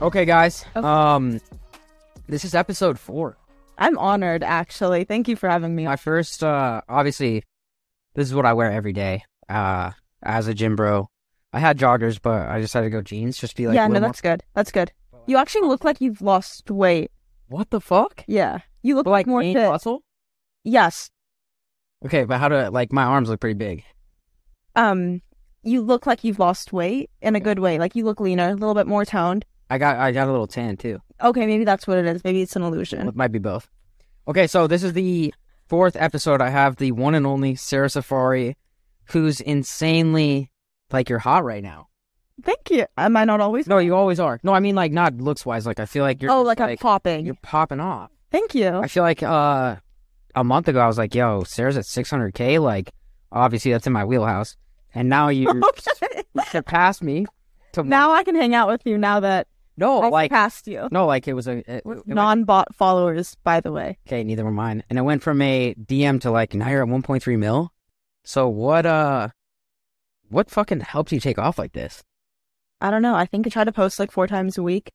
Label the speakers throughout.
Speaker 1: Okay, guys.
Speaker 2: Okay.
Speaker 1: Um, this is episode four.
Speaker 2: I'm honored, actually. Thank you for having me.
Speaker 1: My first, uh, obviously, this is what I wear every day. Uh, as a gym bro, I had joggers, but I decided to go jeans. Just be like,
Speaker 2: yeah, no,
Speaker 1: little
Speaker 2: that's good. That's good. You
Speaker 1: oh.
Speaker 2: actually look like you've lost weight.
Speaker 1: more- what the fuck?
Speaker 2: Yeah, you look
Speaker 1: But, like
Speaker 2: more
Speaker 1: gain
Speaker 2: fit.
Speaker 1: muscle.
Speaker 2: Yes.
Speaker 1: Okay, but how do like my arms look pretty big?
Speaker 2: Um, you look like you've lost weight in a good way. Like you look leaner, a little bit more toned.
Speaker 1: I got I got a little tan too.
Speaker 2: Okay, maybe that's what it is. Maybe it's an illusion.
Speaker 1: It might be both. Okay, so this is the fourth episode. I have the one and only Sarah Safari, who's insanely like you're hot right now.
Speaker 2: Thank you. Am I not always?
Speaker 1: No, you always are. No, I mean like not looks wise. Like I feel like you're
Speaker 2: oh,
Speaker 1: just,
Speaker 2: like, I'm Oh. popping.
Speaker 1: you're popping off.
Speaker 2: Thank you.
Speaker 1: I feel like uh a month ago I was like, yo, Sarah's at 600k. Like obviously that's in my wheelhouse, and now you
Speaker 2: Okay.
Speaker 1: surpassed me. To
Speaker 2: now I can hang out with you. Now that
Speaker 1: no,
Speaker 2: I
Speaker 1: Oh, like
Speaker 2: surpassed you.
Speaker 1: no, like it was a it,
Speaker 2: With
Speaker 1: it went-
Speaker 2: non-bot followers, by the way.
Speaker 1: Okay, neither were mine. And it went from a DM to like now you're at 1.3 mil. So what uh what fucking helped you take off like this?
Speaker 2: I don't know. I think I try to post like four times a week.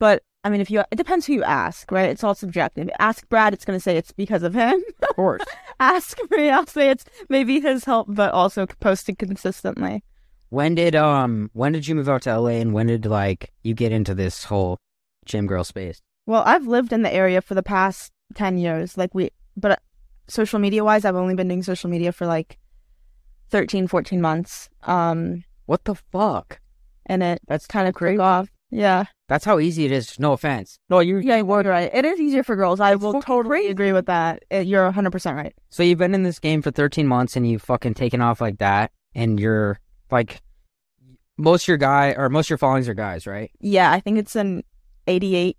Speaker 2: But I mean, if you, it depends who you ask, right? It's all subjective. Ask Brad, it's going to say it's because of him.
Speaker 1: Of course.
Speaker 2: ask me, I'll say it's maybe his help, but also posting consistently.
Speaker 1: when did um when did you move out to LA and when did like you get into this whole gym girl space?
Speaker 2: Well, I've lived in the area for the past 10 years. Like, we, but uh, social media wise, I've only been doing social media for like 13, 14 months. Um,
Speaker 1: What the fuck?
Speaker 2: and it,
Speaker 1: That's
Speaker 2: kind of crazy. off. Yeah.
Speaker 1: That's how easy it is. No offense. No, you
Speaker 2: Yeah, you're right. It is easier for girls. I will
Speaker 1: fucking
Speaker 2: totally
Speaker 1: crazy.
Speaker 2: agree with that. It, you're 100% right.
Speaker 1: So you've been in this game for 13 months and you've fucking taken off like that and you're like most of your guy or most of your followings are guys, right?
Speaker 2: Yeah, I think it's an 88%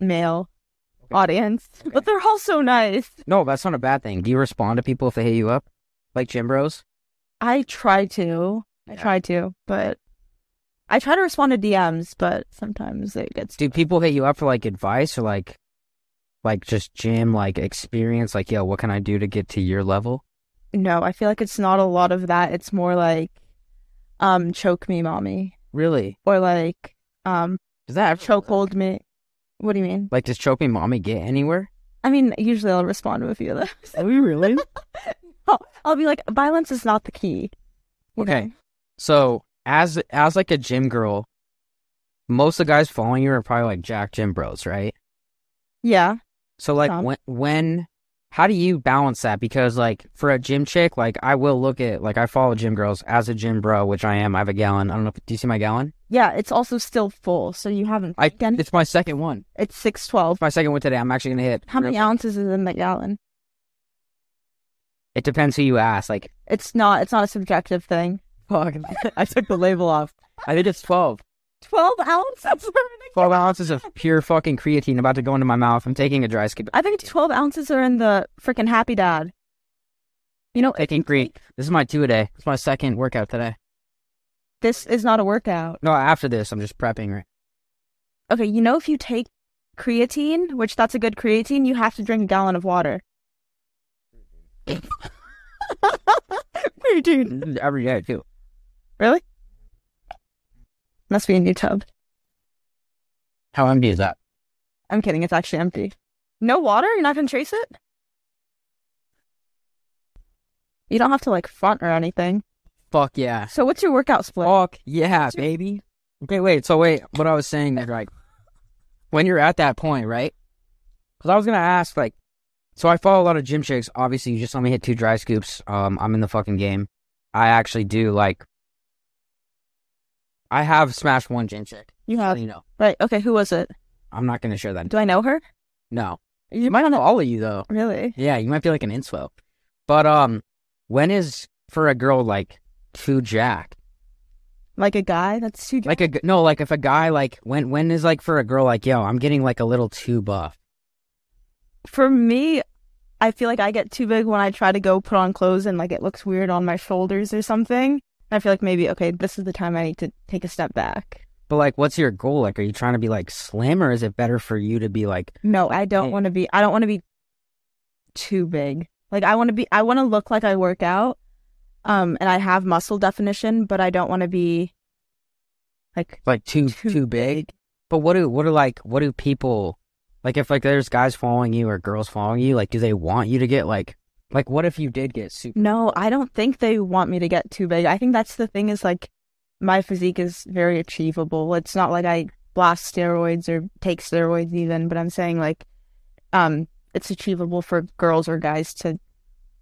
Speaker 2: male audience, but they're all so nice.
Speaker 1: No, that's not a bad thing. Do you respond to people if they hit you up? Like gym bros?
Speaker 2: I try to. I
Speaker 1: Yeah.
Speaker 2: try to, but I try to respond to DMs, but sometimes it gets
Speaker 1: do people hit you up for like advice or like like just gym like experience like yo what can i do to get to your level
Speaker 2: No, I feel like it's not a lot of that. It's more like um choke me, mommy,
Speaker 1: really
Speaker 2: or like um
Speaker 1: does that ever,
Speaker 2: choke hold me. What do you mean?
Speaker 1: like does choking mommy get anywhere
Speaker 2: I mean, usually I'll respond to a few of those.
Speaker 1: are we really
Speaker 2: I'll, I'll be like, violence is not the key. you know?
Speaker 1: Okay. so as as like a gym girl most of the guys following you are probably like jack gym bros right
Speaker 2: Yeah.
Speaker 1: so like
Speaker 2: Some.
Speaker 1: when when how do you balance that because like for a gym chick like i will look at like i follow gym girls as a gym bro which i am i have a gallon i don't know if, do you see my gallon
Speaker 2: Yeah, it's also still full, so you haven't
Speaker 1: i
Speaker 2: again
Speaker 1: it's my second one
Speaker 2: it's six twelve.
Speaker 1: my second one today. I'm actually gonna hit.
Speaker 2: How many ounces is in that gallon?
Speaker 1: It depends who you ask. Like,
Speaker 2: It's not it's not a subjective thing.
Speaker 1: fuck, I took the label off. I think it's twelve.
Speaker 2: Twelve ounces
Speaker 1: Twelve ounces of pure fucking creatine about to go into my mouth. I'm taking a dry skip.
Speaker 2: I think twelve ounces are in the freaking happy dad. You know,
Speaker 1: Taking creatine. This is my two a day. It's my second workout today.
Speaker 2: this is not a workout.
Speaker 1: No, after this, I'm just prepping. Right.
Speaker 2: Okay, you know if you take creatine, which that's a good creatine, you have to drink a gallon of water. creatine.
Speaker 1: Every day too.
Speaker 2: Really? Must be in your tub.
Speaker 1: How empty is that?
Speaker 2: I'm kidding, it's actually empty. No water? You're not gonna chase it? You don't have to like front or anything.
Speaker 1: Fuck yeah.
Speaker 2: So what's your workout split?
Speaker 1: Fuck yeah, baby. Okay, wait. So wait, what I was saying is like, when you're at that point, right? Because I was gonna ask, like, so I follow a lot of gym chicks. Obviously, you just let me hit two dry scoops. Um, I'm in the fucking game. I actually do like. I have smashed one gym chick.
Speaker 2: You
Speaker 1: so
Speaker 2: have
Speaker 1: You know,
Speaker 2: right. Okay, who was it?
Speaker 1: I'm not gonna share that.
Speaker 2: Do I know her?
Speaker 1: No,
Speaker 2: You
Speaker 1: you might not follow you though.
Speaker 2: really?
Speaker 1: Yeah, you might be like an inspo. But um, when is for a girl like too jacked?
Speaker 2: Like a guy? That's too.
Speaker 1: like a g- no like if a guy like when when is like for a girl like yo i'm getting like a little too buff
Speaker 2: for me, I feel like I get too big when I try to go put on clothes and like it looks weird on my shoulders or something. I feel like maybe okay, this is the time I need to take a step back.
Speaker 1: but like what's your goal like are you trying to be like slim or is it better for you to be like
Speaker 2: No, I don't
Speaker 1: Hey.
Speaker 2: want to be. I don't want to be too big. Like I want to be. I want to look like I work out, um, and I have muscle definition, but I don't want to be like
Speaker 1: like too
Speaker 2: Too
Speaker 1: too, big But what do what do like what do people like if like there's guys following you or girls following you, like do they want you to get like like what if you did get super
Speaker 2: No, I don't think they want me to get too big. I think that's the thing is like my physique is very achievable. It's not like I blast steroids or take steroids even, but I'm saying like um it's achievable for girls or guys to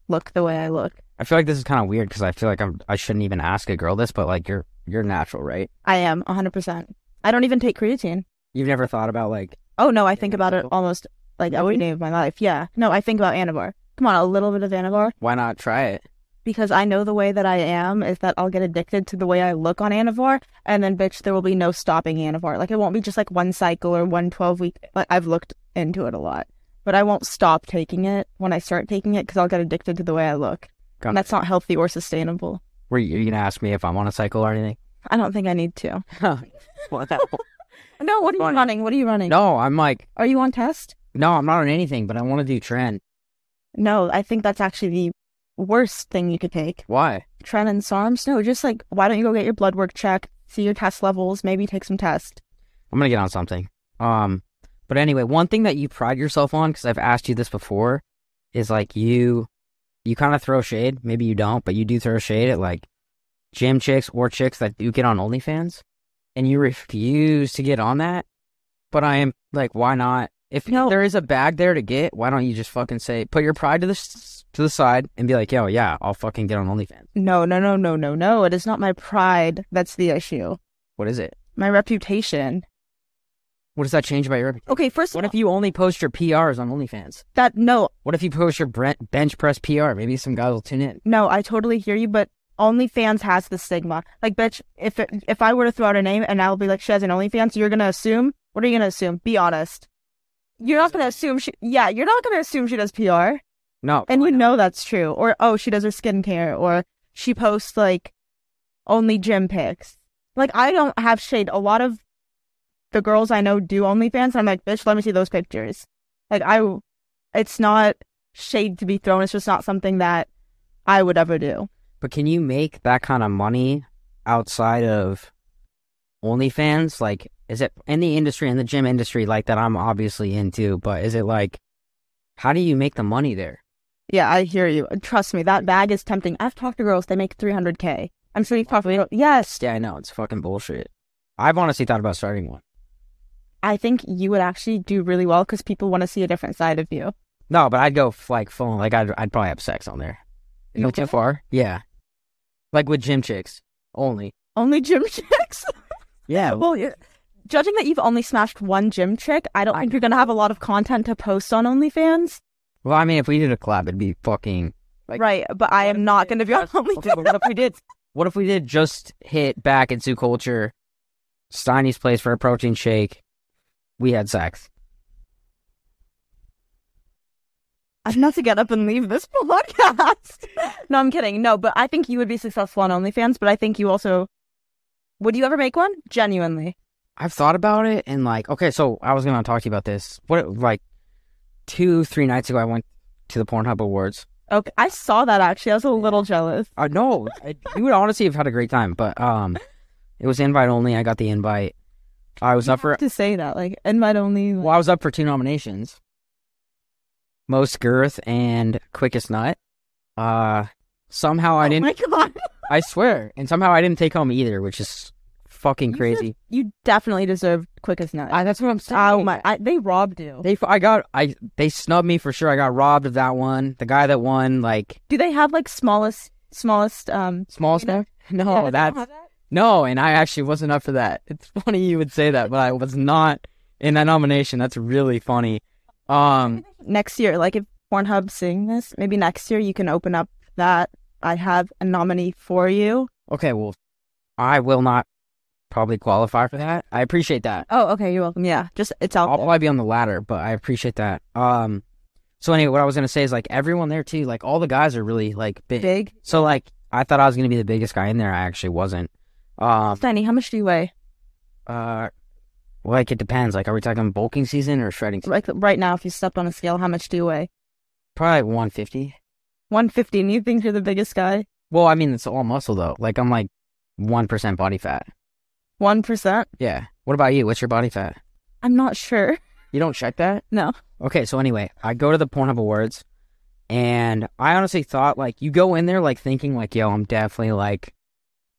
Speaker 2: look the way I look.
Speaker 1: I feel like this is kind of weird because I feel like I'm I shouldn't even ask a girl this, but like you're you're natural, right?
Speaker 2: I am 100%. I don't even take creatine.
Speaker 1: You've never thought about like
Speaker 2: Oh no, I think about it
Speaker 1: Anavar?
Speaker 2: almost like every day of my life. Yeah. No, I think about Anavar. Come on, a little bit of Anavar
Speaker 1: why not try it?
Speaker 2: because I know the way that I am is that I'll get addicted to the way I look on Anavar, and then bitch, there will be no stopping Anavar. Like it won't be just like one cycle or one 12 week. Like I've looked into it a lot, but I won't stop taking it when I start taking it because I'll get addicted to the way I look.
Speaker 1: Got
Speaker 2: And that's not healthy or sustainable.
Speaker 1: Were you, you gonna ask me if I'm on a cycle or anything?
Speaker 2: I don't think I need to.
Speaker 1: Well,
Speaker 2: No, what are you
Speaker 1: Funny.
Speaker 2: running? What are you running?
Speaker 1: no, I'm like
Speaker 2: Are you on test?
Speaker 1: no, I'm not on anything, but I want to do trend.
Speaker 2: No, I think that's actually the worst thing you could take.
Speaker 1: Why?
Speaker 2: Tren and SARMs? No, just like, why don't you go get your blood work checked, see your test levels, maybe take some tests.
Speaker 1: I'm gonna get on something. Um, but anyway, one thing that you pride yourself on, because I've asked you this before, is like you, you kind of throw shade. Maybe you don't, but you do throw shade at like gym chicks or chicks that do get on OnlyFans, and you refuse to get on that. But I am like, why not? If
Speaker 2: No.
Speaker 1: there is a bag there to get, why don't you just fucking say, put your pride to the s- to the side and be like, yo, yeah, I'll fucking get on OnlyFans.
Speaker 2: No, no, no, no, no, no. It is not my pride that's the issue.
Speaker 1: What is it?
Speaker 2: My reputation.
Speaker 1: What does that change about your?
Speaker 2: Okay, first
Speaker 1: What if you only post your PRs on OnlyFans?
Speaker 2: that no,
Speaker 1: What if you post your bre- bench press PR? Maybe some guy will tune in.
Speaker 2: no, I totally hear you, but OnlyFans has the stigma. Like, bitch, if it, if I were to throw out a name and I'll be like, she has an OnlyFans, you're gonna assume. What are you gonna assume? Be honest. You're not gonna assume she. Yeah, you're not gonna assume she does PR,
Speaker 1: No,
Speaker 2: and we know that's true. Or oh, she does her skincare, or she posts like only gym pics. Like, I don't have shade. A lot of the girls I know do OnlyFans, and I'm like, bitch, let me see those pictures. Like, I, it's not shade to be thrown. It's just not something that I would ever do.
Speaker 1: but can you make that kind of money outside of OnlyFans? Like, is it in the industry, in the gym industry, like that I'm obviously into, but is it like, how do you make the money there?
Speaker 2: Yeah, I hear you. Trust me, that bag is tempting. I've talked to girls; they make 300k. I'm sure you've talked to yes.
Speaker 1: Yeah, I know. It's fucking bullshit. I've honestly thought about starting one.
Speaker 2: I think you would actually do really well because people want to see a different side of you.
Speaker 1: No, but I'd go f- like full, like I'd, I'd probably have sex on there. You
Speaker 2: You
Speaker 1: know, too
Speaker 2: would?
Speaker 1: far? Yeah. Like with gym chicks only.
Speaker 2: Only gym chicks.
Speaker 1: Yeah.
Speaker 2: well, you judging that you've only smashed one gym chick, I don't think you're gonna have a lot of content to post on OnlyFans.
Speaker 1: Well, I mean, if we did a collab, it'd be fucking. Like-
Speaker 2: right, but I am not gonna be on
Speaker 1: Okay, but what
Speaker 2: OnlyFans.
Speaker 1: if we did? What if we did just hit back at Zoo Culture, Steiny's place for a protein shake? We had sex.
Speaker 2: I'm not to get up and leave this podcast. no, I'm kidding. No, but I think you would be successful on OnlyFans. But I think you also would you ever make one? Genuinely.
Speaker 1: I've thought about it and like, okay, so I was gonna talk to you about this. What like two, three nights ago, I went to the Pornhub Awards.
Speaker 2: Okay, I saw that actually. I was a little jealous.
Speaker 1: Uh, no, I, you would honestly have had a great time, but um, it was invite only. I got the invite. I was up Uh, for
Speaker 2: to say that, like, invite only.
Speaker 1: Well, I was up for two nominations: most girth and quickest nut. Uh, somehow I
Speaker 2: oh
Speaker 1: didn't.
Speaker 2: my god,
Speaker 1: I swear. And somehow I didn't take home either, which is fucking
Speaker 2: You
Speaker 1: crazy.
Speaker 2: you definitely deserve quickest nut.
Speaker 1: that's what I'm saying.
Speaker 2: oh my, I, they robbed you.
Speaker 1: They, I got, I, they snubbed me for sure. I got robbed of that one. The guy that won, like,
Speaker 2: Do they have like smallest, smallest? Um,
Speaker 1: small
Speaker 2: You
Speaker 1: stuff.
Speaker 2: know-
Speaker 1: No,
Speaker 2: they don't
Speaker 1: that's,
Speaker 2: have that?
Speaker 1: no. And I actually wasn't up for that. It's funny you would say that, but I was not in that nomination. That's really funny. Um,
Speaker 2: next year. Like, if Pornhub seeing this, maybe next year you can open up that I have a nominee for you.
Speaker 1: okay. Well, I will not probably qualify for that. I appreciate that.
Speaker 2: Oh, okay, you're welcome. Yeah, just it's out
Speaker 1: I'll
Speaker 2: there.
Speaker 1: probably be on the latter, but I appreciate that. Um, so anyway, what I was gonna say is like everyone there too, like all the guys are really like big.
Speaker 2: big.
Speaker 1: So like I thought I was gonna be the biggest guy in there. I actually wasn't. Um,
Speaker 2: Steiny, how much do you weigh?
Speaker 1: uh, like it depends. Like, are we talking bulking season or shredding? Season?
Speaker 2: Like right now, if you stepped on a scale, how much do you weigh?
Speaker 1: Probably one fifty.
Speaker 2: One fifty. And you think you're the biggest guy?
Speaker 1: Well, I mean it's all muscle though. Like I'm like one percent body fat.
Speaker 2: One percent.
Speaker 1: Yeah, What about you? What's your body fat?
Speaker 2: I'm not sure.
Speaker 1: You don't check that?
Speaker 2: No.
Speaker 1: Okay, so anyway, I go to the Pornhub Awards, and I honestly thought like you go in there like thinking like, yo, I'm definitely like,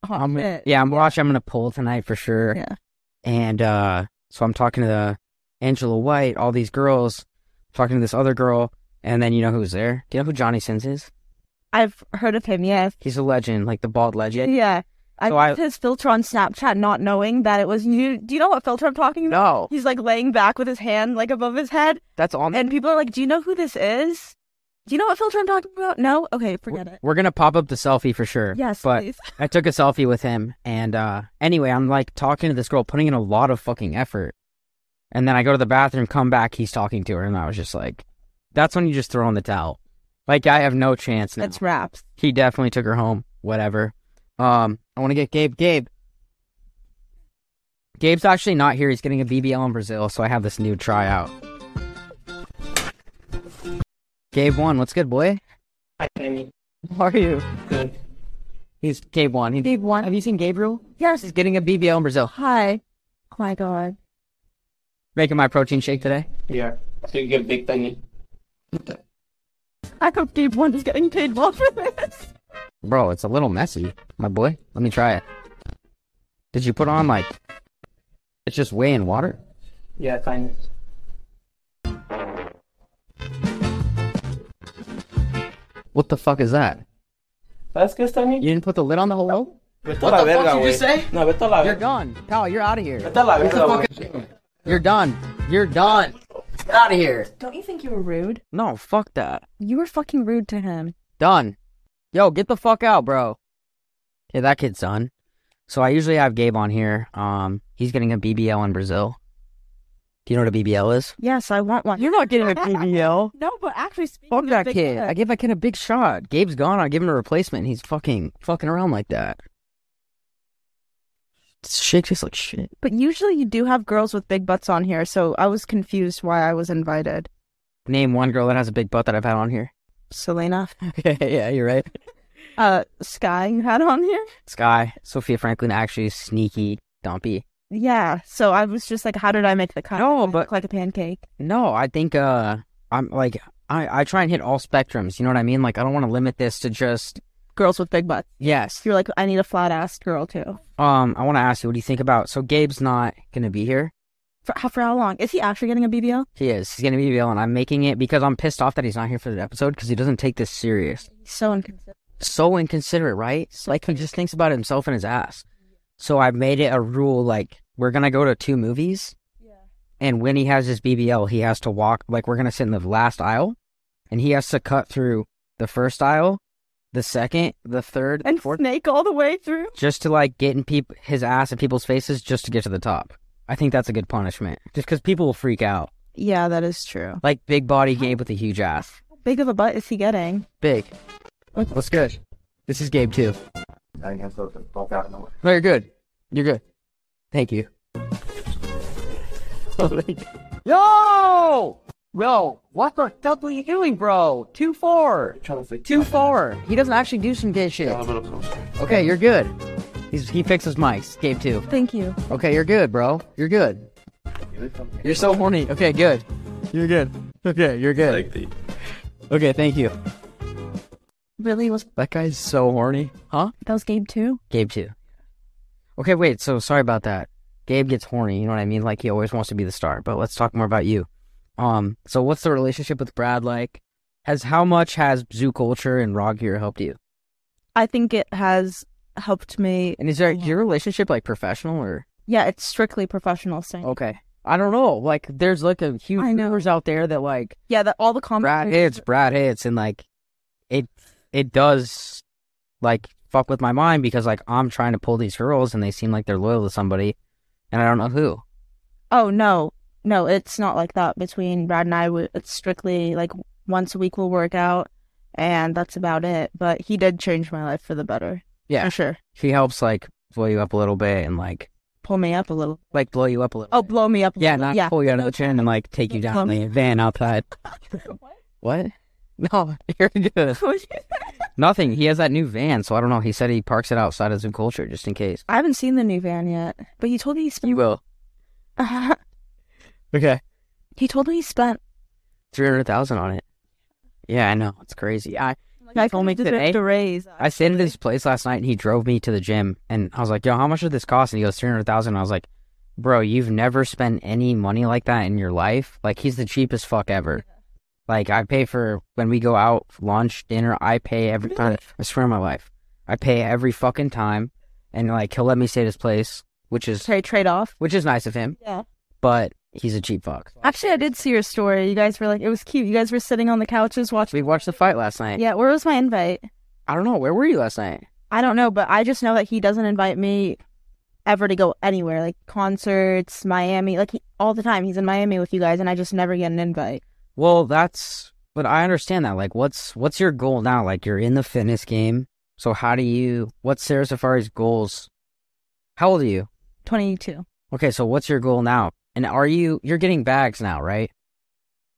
Speaker 2: Oh,
Speaker 1: I'm
Speaker 2: shit.
Speaker 1: yeah, I'm watching, I'm gonna pull tonight for sure.
Speaker 2: Yeah.
Speaker 1: And uh, so I'm talking to the Angela White, all these girls, talking to this other girl, and then you know who's there? Do you know who Johnny Sins is?
Speaker 2: I've heard of him, yes.
Speaker 1: He's a legend, like the bald legend.
Speaker 2: Yeah. I
Speaker 1: So I-
Speaker 2: used his filter on Snapchat not knowing that it was you. Do you know what filter I'm talking about?
Speaker 1: No, Um,
Speaker 2: He's like laying back with his hand like above his head.
Speaker 1: that's on.
Speaker 2: And people are like, Do you know who this is? Do you know what filter I'm talking about? No? Okay, forget it.
Speaker 1: We're gonna pop up the selfie for sure.
Speaker 2: Yes,
Speaker 1: but
Speaker 2: please.
Speaker 1: I took a selfie with him, and uh, anyway, I'm like talking to this girl, putting in a lot of fucking effort, and then I go to the bathroom, come back, he's talking to her, and I was just like, "That's when you just throw in the towel." Like I have no chance now.
Speaker 2: That's wraps.
Speaker 1: he definitely took her home. Whatever. Um, I want to get Gabe. Gabe. Gabe's actually not here. He's getting a BBL in Brazil, so I have this new tryout. Gabe one, what's good, boy?
Speaker 3: Hi, Amy.
Speaker 1: How are you?
Speaker 3: Good.
Speaker 1: He's Gabe one. He,
Speaker 2: Big one.
Speaker 1: have you seen Gabriel?
Speaker 2: Yes.
Speaker 1: He's getting a BBL in Brazil.
Speaker 2: Hi. Oh my god.
Speaker 1: Making my protein shake today.
Speaker 3: Yeah. So you get big tiny.
Speaker 2: I hope Gabe One is getting paid well for this.
Speaker 1: Bro, it's a little messy, my boy. Let me try it. Did you put on like? It's just whey and water.
Speaker 3: Yeah, tiny.
Speaker 1: What the fuck is that?
Speaker 3: That's good, tiny.
Speaker 1: You didn't put the lid on the whole roll?
Speaker 3: Vete a la verga,
Speaker 1: fuck did you
Speaker 3: güey.
Speaker 1: say?
Speaker 3: No, vete a la
Speaker 1: You're
Speaker 3: verga.
Speaker 1: gone, pal. You're out of here.
Speaker 3: Vete a la verga, güey.
Speaker 1: You're done. You're done. Get out of here.
Speaker 2: Don't you think you were rude?
Speaker 1: No, fuck that.
Speaker 2: You were fucking rude to him.
Speaker 1: Done. Yo, get the fuck out, bro. Okay, that kid's done. So I usually have Gabe on here. Um, he's getting a BBL in Brazil. Do you know what a BBL is?
Speaker 2: Yes, I want one. You're not getting a no, but actually, speaking
Speaker 1: Fuck
Speaker 2: of
Speaker 1: that
Speaker 2: Big
Speaker 1: kid.
Speaker 2: Dick-
Speaker 1: I gave that kid a big shot. Gabe's gone. I give him a replacement. He's fucking fucking around like that. Shit tastes like shit.
Speaker 2: But usually you do have girls with big butts on here, so I was confused why I was invited.
Speaker 1: Name one girl that has a big butt that I've had on here.
Speaker 2: Selena,
Speaker 1: yeah, you're right.
Speaker 2: uh, Sky, you had on here?
Speaker 1: Sky, Sophia Franklin, actually sneaky, dumpy.
Speaker 2: Yeah, so I was just like, how did I make the cut?
Speaker 1: No,
Speaker 2: I look
Speaker 1: but-
Speaker 2: like a pancake.
Speaker 1: No, I think uh, I'm like I I try and hit all spectrums. You know what I mean? Like I don't want to limit this to just
Speaker 2: Girls with big butts.
Speaker 1: yes.
Speaker 2: You're like, I need a flat ass girl too.
Speaker 1: Um, I want to ask you, what do you think about? So Gabe's not gonna be here.
Speaker 2: For how, for how long? Is he actually getting a BBL?
Speaker 1: He is. He's gonna be ill, and I'm making it because I'm pissed off that he's not here for the episode because he doesn't take this serious.
Speaker 2: He's so inconsistent.
Speaker 1: So inconsiderate, right? Like he just thinks about himself and his ass. So I made it a rule like we're gonna go to two movies, and when he has his BBL, he has to walk like we're gonna sit in the last aisle, and he has to cut through the first aisle, the second, the third,
Speaker 2: And
Speaker 1: fourth,
Speaker 2: snake all the way through?
Speaker 1: just to like get in peop- his ass in people's faces just to get to the top. I think that's a good punishment, just because people will freak out.
Speaker 2: Yeah, that is true.
Speaker 1: Like big body Gabe with a huge ass.
Speaker 2: How big of a butt is he getting?
Speaker 1: Big. What's good? This is Gabe too.
Speaker 3: I guess I'll pop out now.
Speaker 1: No, you're good. You're good. Thank you. Yo! Yo, what the hell are you doing, bro? Too far.
Speaker 3: Trying to fix
Speaker 1: Too far. He doesn't actually do some gay shit. Okay, you're good. He's, he fixes mics. Gabe too.
Speaker 2: Thank you.
Speaker 1: Okay, you're good, bro. You're good. You're so horny. Okay, good. You're good. Okay, you're good. Okay, thank you.
Speaker 2: Really? Was
Speaker 1: That guy's so horny. Huh?
Speaker 2: that was Gabe too?
Speaker 1: Gabe too. Okay, wait. So sorry about that. Gabe gets horny. You know what I mean? Like he always wants to be the star. But let's talk more about you. Um. So what's the relationship with Brad like? Has how much has zoo culture and raw gear helped you?
Speaker 2: I think it has helped me.
Speaker 1: And is there your relationship like professional or
Speaker 2: Yeah, it's strictly professional stuff.
Speaker 1: okay? I don't know. Like there's like a huge
Speaker 2: I know. Um,
Speaker 1: rumors out there that like
Speaker 2: Yeah, that all the comments.
Speaker 1: Brad hits, Brad hits, and like it it does like fuck with my mind because like I'm trying to pull these girls and they seem like they're loyal to somebody, and I don't know who.
Speaker 2: Oh no, no, it's not like that between Brad and I. We- It's strictly like once a week we'll work out, and that's about it. But he did change my life for the better.
Speaker 1: Yeah.
Speaker 2: for sure.
Speaker 1: he helps like blow you up a little bit and like
Speaker 2: Pull me up a little.
Speaker 1: like blow you up a little.
Speaker 2: Oh,
Speaker 1: bit.
Speaker 2: blow me up. A
Speaker 1: yeah,
Speaker 2: little.
Speaker 1: not
Speaker 2: yeah.
Speaker 1: pull you out of the chin and like take you down
Speaker 2: Um,
Speaker 1: the van outside. What? No, you're good. Nothing. He has that new van, so I don't know. He said he parks it outside of Zoo Culture just in case.
Speaker 2: I haven't seen the new van yet, but you told me he spent.
Speaker 1: will. Okay.
Speaker 2: he told me he spent.
Speaker 1: Three hundred thousand on it. Yeah, I know. It's crazy. I
Speaker 2: Like,
Speaker 1: He
Speaker 2: I
Speaker 1: told me
Speaker 2: deserved
Speaker 1: today.
Speaker 2: a raise.
Speaker 1: I stayed at his place last night and he drove me to the gym and I was like, Yo, how much did this cost? And he goes, Three hundred thousand. I was like, Bro, you've never spent any money like that in your life. Like he's the cheapest fuck ever. Like I pay for when we go out for lunch, dinner, I pay every time I swear on my life. I pay every fucking time and like he'll let me stay at his place, which is
Speaker 2: Sorry, trade off.
Speaker 1: which is nice of him,
Speaker 2: Yeah.
Speaker 1: but he's a cheap fuck.
Speaker 2: Actually, I did see your story. You guys were like, it was cute. You guys were sitting on the couches watching.
Speaker 1: We watched the fight last night.
Speaker 2: Yeah, where was my invite?
Speaker 1: I don't know, where were you last night?
Speaker 2: I don't know, but I just know that he doesn't invite me ever to go anywhere, like concerts, Miami, like he, all the time. He's in Miami with you guys, and I just never get an invite.
Speaker 1: Well, that's but I understand that. Like what's what's your goal now? Like you're in the fitness game. So how do you what's Sarah Safari's goals? How old are you?
Speaker 2: 22.
Speaker 1: Okay, so what's your goal now? And are you you're getting bags now, right?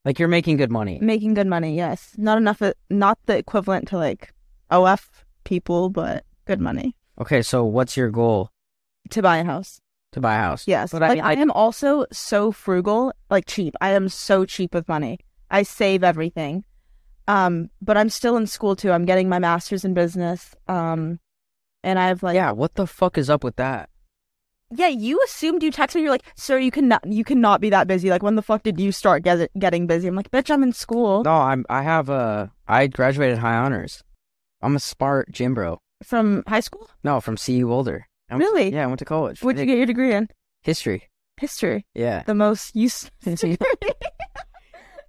Speaker 1: Like you're making good money.
Speaker 2: Making good money, yes. Not enough, not the equivalent to like OF people, but good money
Speaker 1: Okay, so what's your goal
Speaker 2: to buy a house.
Speaker 1: to buy a house?
Speaker 2: Yes.
Speaker 1: But I
Speaker 2: like,
Speaker 1: mean,
Speaker 2: I,
Speaker 1: I-
Speaker 2: am also so frugal, like cheap. I am so cheap with money. I save everything. Um, but I'm still in school too. I'm getting my master's in business. Um, and I've like,
Speaker 1: Yeah, what the fuck is up with that?
Speaker 2: yeah, you assumed you text me. You're like, sir, you cannot, you cannot be that busy. Like, when the fuck did you start get, getting busy? I'm like, bitch, I'm in school
Speaker 1: No, I'm I have a I graduated high honors. I'm a smart gym bro.
Speaker 2: from high school.
Speaker 1: No, from CU Boulder. I went to-
Speaker 2: Really?
Speaker 1: yeah, I went to college.
Speaker 2: What'd you get your degree in?
Speaker 1: History.
Speaker 2: History,
Speaker 1: Yeah.
Speaker 2: the most useful.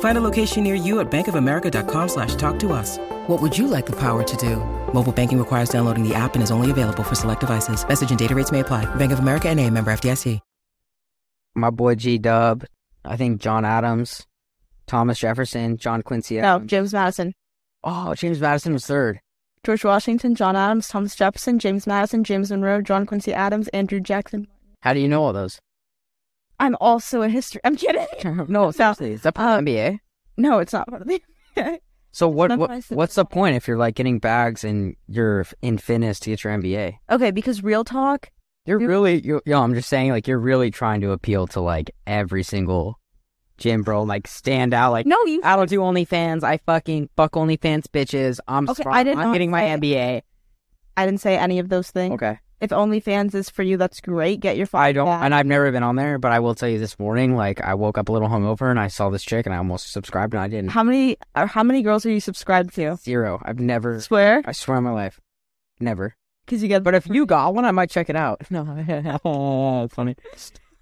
Speaker 4: Find a location near you at bankofamerica.com slash talk to us. What would you like the power to do? Mobile banking requires downloading the app and is only available for select devices. Message and data rates may apply. Bank of America and a member FDIC.
Speaker 1: my boy G Dub. I think John Adams, Thomas Jefferson, John Quincy.
Speaker 2: No,
Speaker 1: Adams.
Speaker 2: James Madison,
Speaker 1: oh, James Madison was third.
Speaker 2: George Washington, John Adams, Thomas Jefferson, James Madison, James Monroe, John Quincy Adams, Andrew Jackson.
Speaker 1: How do you know all those?
Speaker 2: I'm also a history. I'm kidding.
Speaker 1: no, seriously, is that part of the NBA?
Speaker 2: No, it's not part of the.
Speaker 1: So what,
Speaker 2: not
Speaker 1: what
Speaker 2: part of
Speaker 1: what's the point if you're like getting bags and you're in fitness to get your MBA?
Speaker 2: okay, because real talk,
Speaker 1: You're
Speaker 2: Dude.
Speaker 1: really you yo. I'm just saying, like you're really trying to appeal to like every single gym bro, like stand out, like.
Speaker 2: no, you.
Speaker 1: I don't do OnlyFans. I fucking fuck OnlyFans bitches. I'm
Speaker 2: Okay,
Speaker 1: smart.
Speaker 2: I did
Speaker 1: I'm
Speaker 2: not
Speaker 1: getting my
Speaker 2: say-
Speaker 1: MBA.
Speaker 2: I didn't say any of those things.
Speaker 1: Okay.
Speaker 2: If OnlyFans is for you, that's great. Get your.
Speaker 1: I don't,
Speaker 2: back.
Speaker 1: and I've never been on there, but I will tell you this morning, like I woke up a little hungover and I saw this chick and I almost subscribed and I didn't.
Speaker 2: How many? Or how many girls are you subscribed to?
Speaker 1: Zero. I've never,
Speaker 2: Swear,
Speaker 1: I swear on my life, never.
Speaker 2: because you get.
Speaker 1: But if you got one, I might check it out. No, funny.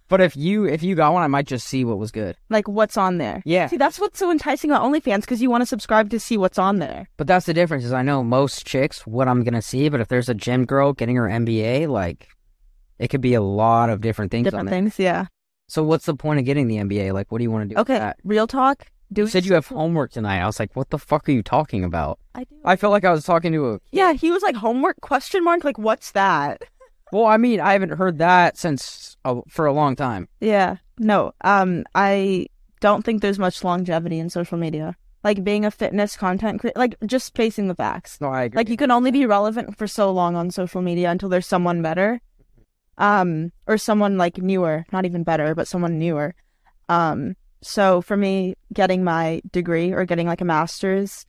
Speaker 1: But if you if you got one, I might just see what was good.
Speaker 2: like, what's on there?
Speaker 1: Yeah.
Speaker 2: See, that's what's so enticing about OnlyFans because you want to subscribe to see what's on there.
Speaker 1: But that's the difference is I know most chicks what I'm gonna see, but if there's a gym girl getting her MBA, like it could be a lot of different things
Speaker 2: Different
Speaker 1: on it.
Speaker 2: things, yeah.
Speaker 1: So what's the point of getting the MBA? Like, what do you want to do?
Speaker 2: Okay,
Speaker 1: With that?
Speaker 2: real talk. Do
Speaker 1: You said you have homework tonight. I was like, what the fuck are you talking about?
Speaker 2: I do.
Speaker 1: I felt like I was talking to a.
Speaker 2: Yeah, he was like homework question mark. Like, what's that?
Speaker 1: Well, I mean, I haven't heard that since uh, for a long time.
Speaker 2: Yeah. No. Um, I don't think there's much longevity in social media. Like being a fitness content creator, like just facing the facts.
Speaker 1: No, I agree.
Speaker 2: Like you can only be relevant for so long on social media until there's someone better, um, or someone like newer, not even better, but someone newer. Um, so for me, getting my degree or getting like a master's,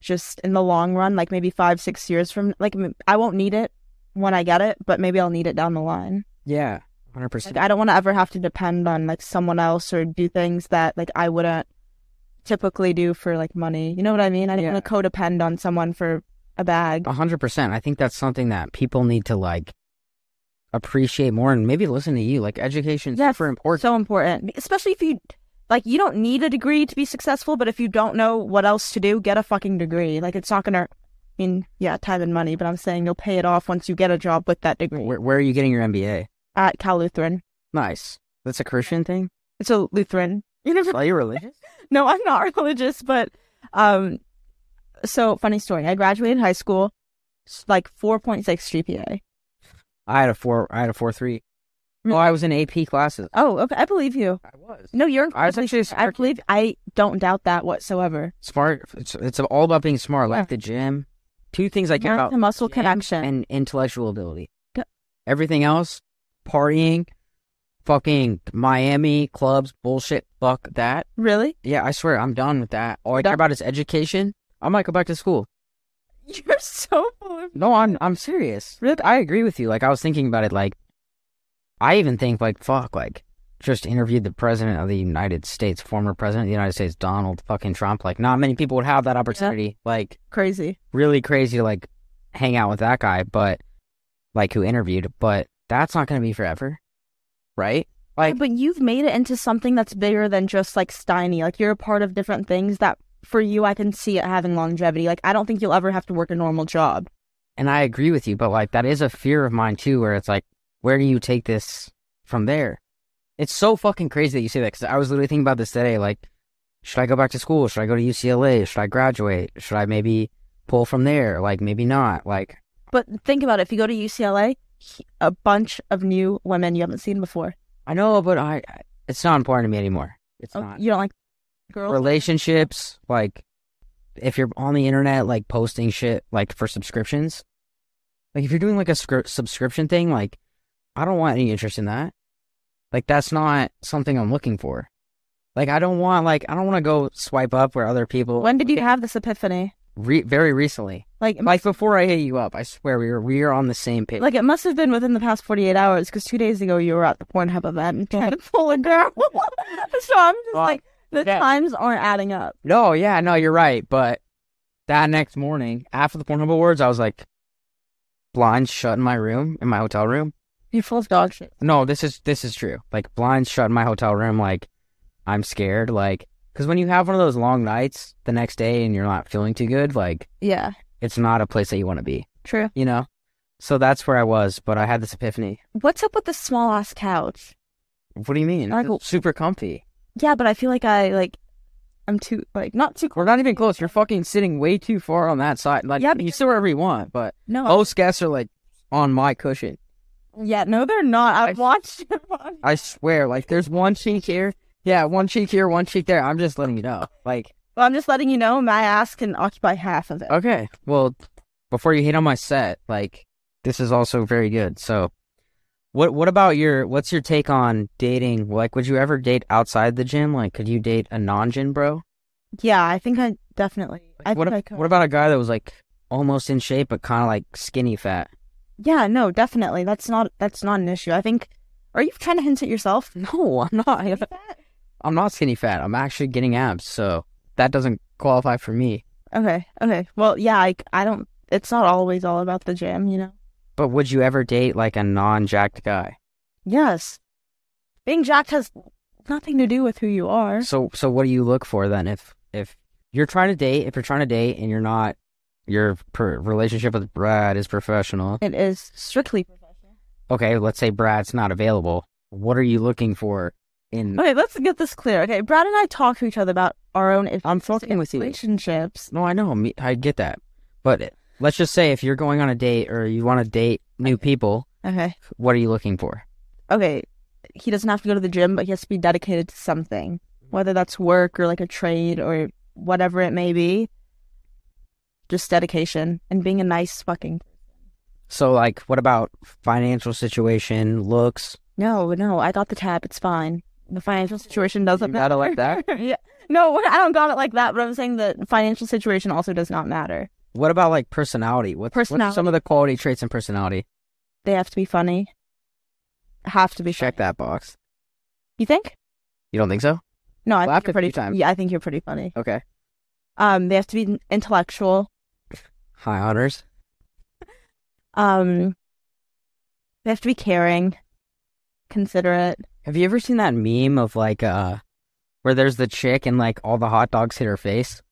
Speaker 2: just in the long run, like maybe five, six years from, like m- I won't need it when I get it, but maybe I'll need it down the line.
Speaker 1: yeah, hundred
Speaker 2: Like
Speaker 1: percent.
Speaker 2: I don't want to ever have to depend on like someone else or do things that like I wouldn't typically do for like money. You know what I mean? I don't want to codepend on someone for a bag.
Speaker 1: hundred percent. I think that's something that people need to like appreciate more and maybe listen to you. Like education's
Speaker 2: Yes,
Speaker 1: super important.
Speaker 2: So important, especially if you like you don't need a degree to be successful, but if you don't know what else to do, get a fucking degree. Like it's not gonna. I mean, yeah, time and money, but I'm saying you'll pay it off once you get a job with that degree
Speaker 1: where, where are you getting your MBA?
Speaker 2: at Cal Lutheran.
Speaker 1: Nice. That's a Christian thing.
Speaker 2: It's a Lutheran university.
Speaker 1: Are you religious?
Speaker 2: no, I'm not religious, but um, so funny story. I graduated high school, s- like 4.6 GPA.
Speaker 1: I had a four. I had a four three.
Speaker 2: Mm.
Speaker 1: Oh, I was in AP classes.
Speaker 2: Oh, okay. I believe you.
Speaker 1: I was
Speaker 2: No, you're.
Speaker 1: I was actually a
Speaker 2: I
Speaker 1: smart
Speaker 2: believe. I don't doubt that whatsoever.
Speaker 1: smart. It's it's all about being smart. Like
Speaker 2: Yeah.
Speaker 1: the gym. Two things I care
Speaker 2: Learn
Speaker 1: about:
Speaker 2: the muscle
Speaker 1: gym
Speaker 2: connection.
Speaker 1: and intellectual ability.
Speaker 2: D-
Speaker 1: Everything else, partying, fucking Miami clubs, bullshit. Fuck that.
Speaker 2: Really?
Speaker 1: Yeah, I swear, I'm done with that. All I
Speaker 2: Done.
Speaker 1: care about is education. I might go back to school.
Speaker 2: You're so full of.
Speaker 1: No, I'm I'm serious. Really, I agree with you. Like I was thinking about it. Like I even think like fuck. Like just interviewed the president of the United States, former president of the United States, Donald fucking Trump. Like not many people would have that opportunity. Like
Speaker 2: Crazy.
Speaker 1: really crazy to like hang out with that guy, but like who interviewed. But that's not gonna be forever, right? Like
Speaker 2: but you've made it into something that's bigger than just like Steiny. Like you're a part of different things that for you, I can see it having longevity. Like I don't think you'll ever have to work a normal job.
Speaker 1: and I agree with you, but like that is a fear of mine too, where it's like, where do you take this from there? It's so fucking crazy that you say that because I was literally thinking about this today. Like, should I go back to school? Should I go to UCLA? Should I graduate? Should I maybe pull from there? Like, maybe not. Like,
Speaker 2: But think about it. If you go to UCLA, he- a bunch of new women you haven't seen before.
Speaker 1: I know, but I, it's not important to me anymore. It's
Speaker 2: Oh,
Speaker 1: not.
Speaker 2: You don't like girls.
Speaker 1: Relationships, like, if you're on the internet, like posting shit, like for subscriptions, like if you're doing like a scr- subscription thing, like, I don't want any interest in that. Like, that's not something I'm looking for. Like, I don't want, like, I don't want to go swipe up where other people.
Speaker 2: When did you have this epiphany?
Speaker 1: Re- very recently.
Speaker 2: Like,
Speaker 1: Like, before I hit you up, I swear we were, we are on the same page.
Speaker 2: like it must have been within the past forty eight hours because two days ago you were at the Pornhub event and trying to pull a girl. so I'm just
Speaker 1: Well,
Speaker 2: like, the
Speaker 1: yeah.
Speaker 2: times aren't adding up.
Speaker 1: No, yeah, no, you're right. But that next morning, after the Pornhub Awards, I was like blind shut in my room, in my hotel room.
Speaker 2: You're full of dog shit.
Speaker 1: No, this is this is true. Like blind shut in my hotel room, like I'm scared. Like, because when you have one of those long nights the next day and you're not feeling too good, like
Speaker 2: Yeah,
Speaker 1: it's not a place that you want to be,
Speaker 2: true.
Speaker 1: you know. So that's where I was, but I had this epiphany.
Speaker 2: What's up with the small ass couch?
Speaker 1: What do you mean?
Speaker 2: Like-
Speaker 1: It's super comfy.
Speaker 2: Yeah, but I feel like I like I'm too like not too.
Speaker 1: We're not even close. You're fucking sitting way too far on that side. Like,
Speaker 2: Yeah,
Speaker 1: yeah,
Speaker 2: but
Speaker 1: you sit wherever you want, but
Speaker 2: No,
Speaker 1: most guests are like on my cushion.
Speaker 2: yeah, no, they're not. I've
Speaker 1: I-
Speaker 2: watched it. on-
Speaker 1: I swear, like there's one cheek here, yeah, one cheek here, one cheek there. I'm just letting you know. Like,
Speaker 2: Well, I'm just letting you know my ass can occupy half of it.
Speaker 1: okay, well, before you hate on my set, like this is also very good. So, what what about your what's your take on dating? Like, would you ever date outside the gym? Like, could you date a non gym bro?
Speaker 2: Yeah, I think I definitely. I
Speaker 1: what
Speaker 2: think
Speaker 1: ab-
Speaker 2: I could.
Speaker 1: what about a guy that was like almost in shape but kind of like skinny fat?
Speaker 2: Yeah, no, definitely. That's not that's not an issue. I think. Are you trying to hint at yourself?
Speaker 1: No, I'm not. I'm not skinny fat. I'm actually getting abs, so that doesn't qualify for me.
Speaker 2: Okay, okay. Well, yeah, I, I don't. It's not always all about the gym, you know.
Speaker 1: But would you ever date like a non jacked guy?
Speaker 2: Yes, being jacked has nothing to do with who you are.
Speaker 1: So so what do you look for then if if you're trying to date if you're trying to date and you're not your per- relationship with Brad is professional.
Speaker 2: It is strictly.
Speaker 1: Okay, let's say Brad's not available. What are you looking for in
Speaker 2: Okay, let's get this clear. Okay, Brad and I talk to each other about our own. issues
Speaker 1: I'm fucking
Speaker 2: and
Speaker 1: with you.
Speaker 2: Relationships.
Speaker 1: No, I know. me- I get that. But let's just say if you're going on a date or you want to date new people,
Speaker 2: Okay,
Speaker 1: what are you looking for?
Speaker 2: okay. He doesn't have to go to the gym, but he has to be dedicated to something, whether that's work or like a trade or whatever it may be. Just dedication and being a nice fucking
Speaker 1: So like what about financial situation, looks?
Speaker 2: No, no, I got the tab. It's fine. The financial situation doesn't
Speaker 1: You got
Speaker 2: matter
Speaker 1: it like
Speaker 2: yeah. No, I don't got it like that, but I'm saying the financial situation also does not matter.
Speaker 1: What about like personality? What's, what's some
Speaker 2: Personality.
Speaker 1: of the quality traits in personality?
Speaker 2: They have to be funny. Have to be
Speaker 1: Check
Speaker 2: funny.
Speaker 1: that box.
Speaker 2: You think?
Speaker 1: You don't think so?
Speaker 2: No, I
Speaker 1: Laughed
Speaker 2: think you're
Speaker 1: a few
Speaker 2: pretty
Speaker 1: times.
Speaker 2: Yeah, I think you're pretty funny.
Speaker 1: Okay.
Speaker 2: Um, they have to be intellectual.
Speaker 1: High honors.
Speaker 2: Um, they have to be caring, considerate.
Speaker 1: Have you ever seen that meme of like uh where there's the chick and like all the hot dogs hit her face?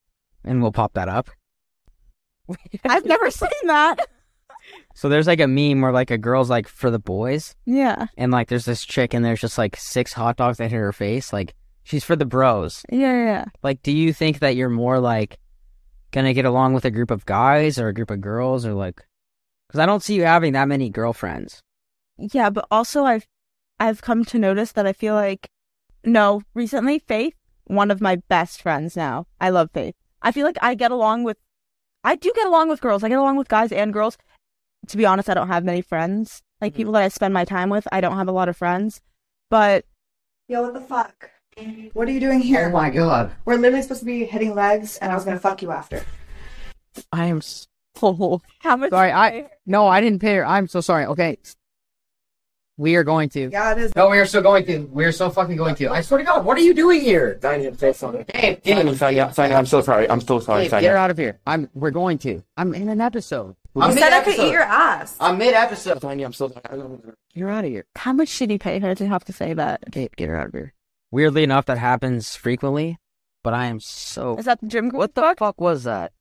Speaker 1: And we'll pop that up.
Speaker 2: I've never seen that.
Speaker 1: So there's like a meme where like a girl's like for the boys
Speaker 2: Yeah,
Speaker 1: and like there's this chick and there's just like six hot dogs that hit her face. Like she's for the bros.
Speaker 2: yeah, yeah.
Speaker 1: Like do you think that you're more like Can I get along with a group of guys or a group of girls or like? Because I don't see you having that many girlfriends.
Speaker 2: Yeah, but also I've I've come to notice that I feel like no, recently Faith, one of my best friends now. I love Faith. I feel like I get along with I do get along with girls. I get along with guys and girls. To be honest, I don't have many friends. Like people that I spend my time with, I don't have a lot of friends. But
Speaker 5: Yo, what the fuck? What are you doing here?
Speaker 6: Oh my god.
Speaker 5: We're literally supposed to be hitting legs, and I was gonna fuck you after.
Speaker 6: I am so
Speaker 2: how much
Speaker 6: sorry. I no, I didn't pay her. I'm so sorry. Okay. We are going to.
Speaker 5: Yeah, it is.
Speaker 6: No, we are so going to. We are so fucking going to. I swear to God, what are you doing here?
Speaker 3: Daniel, say something.
Speaker 6: Dave, Dave,
Speaker 3: Daniel, Sonia, Sonia, I'm so sorry. I'm so sorry,
Speaker 6: Dave, get her
Speaker 3: Sonia.
Speaker 6: out of here. I'm. We're going to. I'm in an episode.
Speaker 5: You
Speaker 6: I'm
Speaker 5: said I
Speaker 6: mid-episode.
Speaker 5: could eat your ass.
Speaker 6: I'm mid episode.
Speaker 3: Sonia, I'm so sorry.
Speaker 6: You're out of here.
Speaker 2: how much did he pay her to have to say that?
Speaker 6: Okay, get her out of here.
Speaker 1: Weirdly enough, that happens frequently, but I am so.
Speaker 2: Is that Oh. the gym girl
Speaker 1: What
Speaker 2: you
Speaker 1: the
Speaker 2: fucked?
Speaker 1: fuck was that?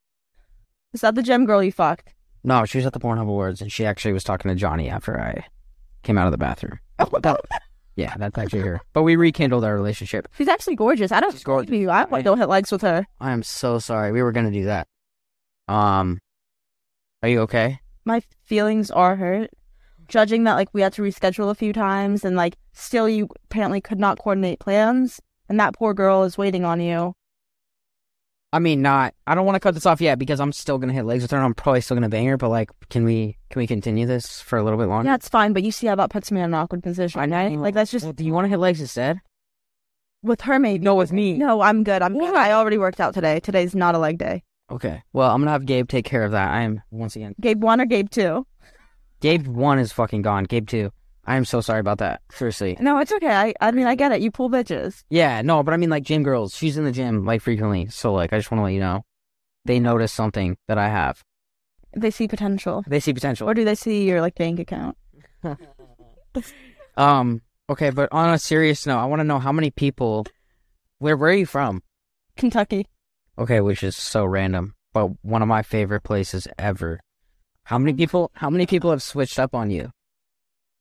Speaker 2: Is that the gym girl you fucked?
Speaker 1: No, she was at the Pornhub Awards, and she actually was talking to Johnny after I came out of the bathroom.
Speaker 6: Oh,
Speaker 1: Yeah, that's actually her. But we rekindled our relationship.
Speaker 2: She's actually gorgeous. I don't
Speaker 1: She's gorgeous.
Speaker 2: you. I don't hit legs with her.
Speaker 1: I am so sorry. We were gonna do that. Um, are you okay?
Speaker 2: my feelings are hurt. Judging that like we had to reschedule a few times and like still you apparently could not coordinate plans and that poor girl is waiting on you.
Speaker 1: I mean, not. I don't want to cut this off yet because I'm still gonna hit legs with her, and I'm probably still gonna bang her. But like, can we can we continue this for a little bit longer?
Speaker 2: Yeah, it's fine, but you see how that puts me in an awkward position, right? Like that's just
Speaker 1: Well, do you want to hit legs instead?
Speaker 2: with her maybe.
Speaker 1: No, with me.
Speaker 2: No, I'm good. I'm good. I already worked out today. Today's not a leg day.
Speaker 1: Okay. Well, I'm gonna have Gabe take care of that. I am once again.
Speaker 2: Gabe one or Gabe two?
Speaker 1: Gabe one is fucking gone. Gabe two. I am so sorry about that. Seriously.
Speaker 2: No, it's okay. I I mean I get it. You pull bitches.
Speaker 1: Yeah. No, but I mean like gym girls. She's in the gym like frequently. So like, I just want to let you know, they notice something that I have.
Speaker 2: They see potential.
Speaker 1: They see potential.
Speaker 2: Or do they see your like bank account?
Speaker 1: Um. Okay, but on a serious note, I want to know how many people. Where Where are you from?
Speaker 2: Kentucky.
Speaker 1: Okay, which is so random, but one of my favorite places ever. How
Speaker 2: Mm-hmm.
Speaker 1: many people? How many people have switched up on you,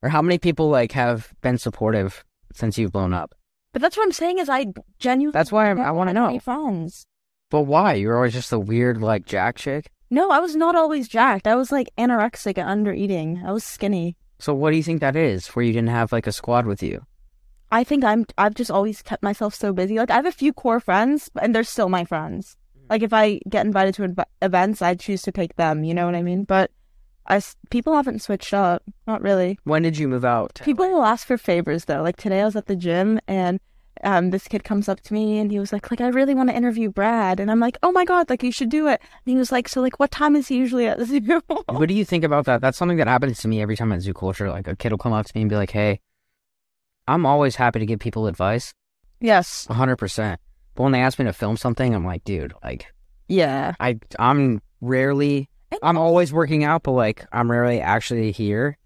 Speaker 1: or how many people like have been supportive since you've blown up?
Speaker 2: But that's what I'm saying is I genuinely
Speaker 1: That's why I'm, I want to know.
Speaker 2: phones.
Speaker 1: But why? You're always just a weird like jack chick.
Speaker 2: No, I was not always jacked. I was like anorexic and under eating. I was skinny.
Speaker 1: So what do you think that is? Where you didn't have like a squad with you?
Speaker 2: I think I'm I've just always kept myself so busy. Like I have a few core friends and they're still my friends. Like if I get invited to inv- events, I choose to pick them, you know what I mean? But I s- people haven't switched up. Not really.
Speaker 1: When did you move out?
Speaker 2: People will ask for favors though. Like today I was at the gym and um, this kid comes up to me and he was like, like I really want to interview Brad, and I'm like, oh my god, like you should do it. And he was like, so like what time is he usually at the zoo?
Speaker 1: What do you think about that? That's something that happens to me every time at Zoo Culture. Like a kid will come up to me and be like, "Hey, I'm always happy to give people advice,
Speaker 2: yes.
Speaker 1: 100." percent But when they ask me to film something, I'm like, "Dude, like
Speaker 2: Yeah.
Speaker 1: I I'm rarely, I'm always working out, but like I'm rarely actually here."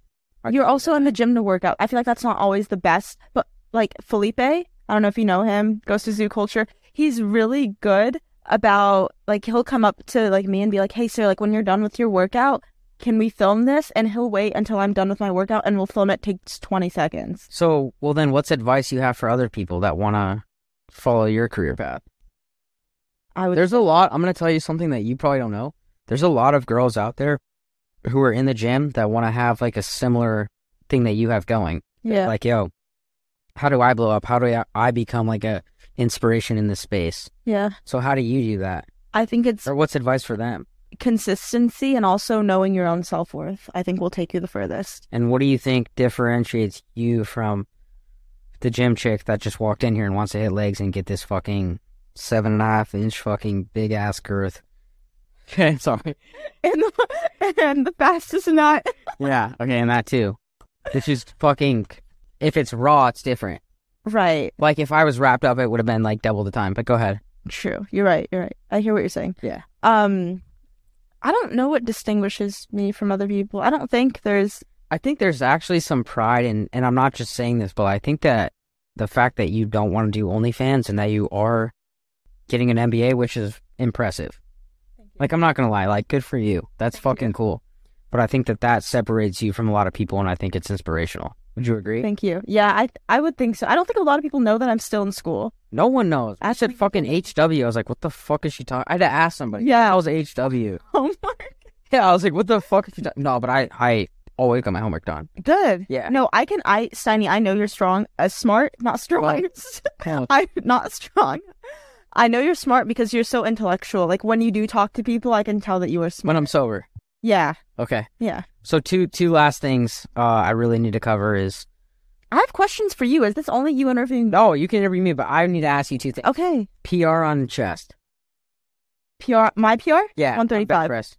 Speaker 2: You're also in the gym to work out. I feel like that's not always the best, but like Felipe, I don't know if you know him, goes to zoo culture. He's really good about like he'll come up to like me and be like, "Hey sir, like when you're done with your workout, can we film this?" And he'll wait until I'm done with my workout and we'll film it. Takes 20 seconds.
Speaker 1: So, well, then, what's advice you have for other people that want to follow your career path?
Speaker 2: I would
Speaker 1: There's a lot. I'm going to tell you something that you probably don't know. There's a lot of girls out there who are in the gym that want to have like a similar thing that you have going.
Speaker 2: yeah.
Speaker 1: Like, yo, how do I blow up? How do I, I become like a inspiration in this space?
Speaker 2: yeah.
Speaker 1: So, how do you do that?
Speaker 2: I think it's
Speaker 1: Or what's advice for them?
Speaker 2: consistency and also knowing your own self-worth. I think will take you the furthest.
Speaker 1: And what do you think differentiates you from the gym chick that just walked in here and wants to hit legs and get this fucking seven and a half inch fucking big ass girth? Okay, sorry.
Speaker 2: And the, and the fastest not
Speaker 1: Yeah, okay, and that too. This is fucking. If it's raw, it's different.
Speaker 2: right.
Speaker 1: Like if I was wrapped up, it would have been like double the time. But go ahead.
Speaker 2: True. You're right. You're right. I hear what you're saying.
Speaker 1: Yeah.
Speaker 2: Um, I don't know what distinguishes me from other people. I don't think there's.
Speaker 1: I think there's actually some pride in, and I'm not just saying this, but I think that the fact that you don't want to do OnlyFans and that you are getting an MBA, which is impressive. Like, I'm not going to lie, like, good for you. That's fucking cool. But I think that that separates you from a lot of people, and I think it's inspirational. Would you agree?
Speaker 2: Thank you. Yeah, I I would think so. I don't think a lot of people know that I'm still in school.
Speaker 1: No one knows. I said
Speaker 2: Actually-
Speaker 1: fucking HW. I was like, what the fuck is she talking? I had to ask somebody.
Speaker 2: Yeah.
Speaker 1: I was HW.
Speaker 2: Oh Homework.
Speaker 1: Yeah, I was like, what the fuck is she talking? No, but I I always got my homework done.
Speaker 2: Good.
Speaker 1: Yeah.
Speaker 2: No, I can. I Steiny, I know you're strong. Uh, smart, not strong.
Speaker 1: Hell.
Speaker 2: I'm not strong. I know you're smart because you're so intellectual. Like when you do talk to people, I can tell that you are smart.
Speaker 1: When I'm sober.
Speaker 2: Yeah.
Speaker 1: Okay.
Speaker 2: Yeah.
Speaker 1: So two two last things uh, I really need to cover is
Speaker 2: I have questions for you. Is this only you interviewing?
Speaker 1: no, you can interview me, but I need to ask you two things.
Speaker 2: Okay.
Speaker 1: PR on chest.
Speaker 2: PR. My PR.
Speaker 1: Yeah, I'm
Speaker 2: One
Speaker 1: bench
Speaker 2: thirty-five.
Speaker 1: press.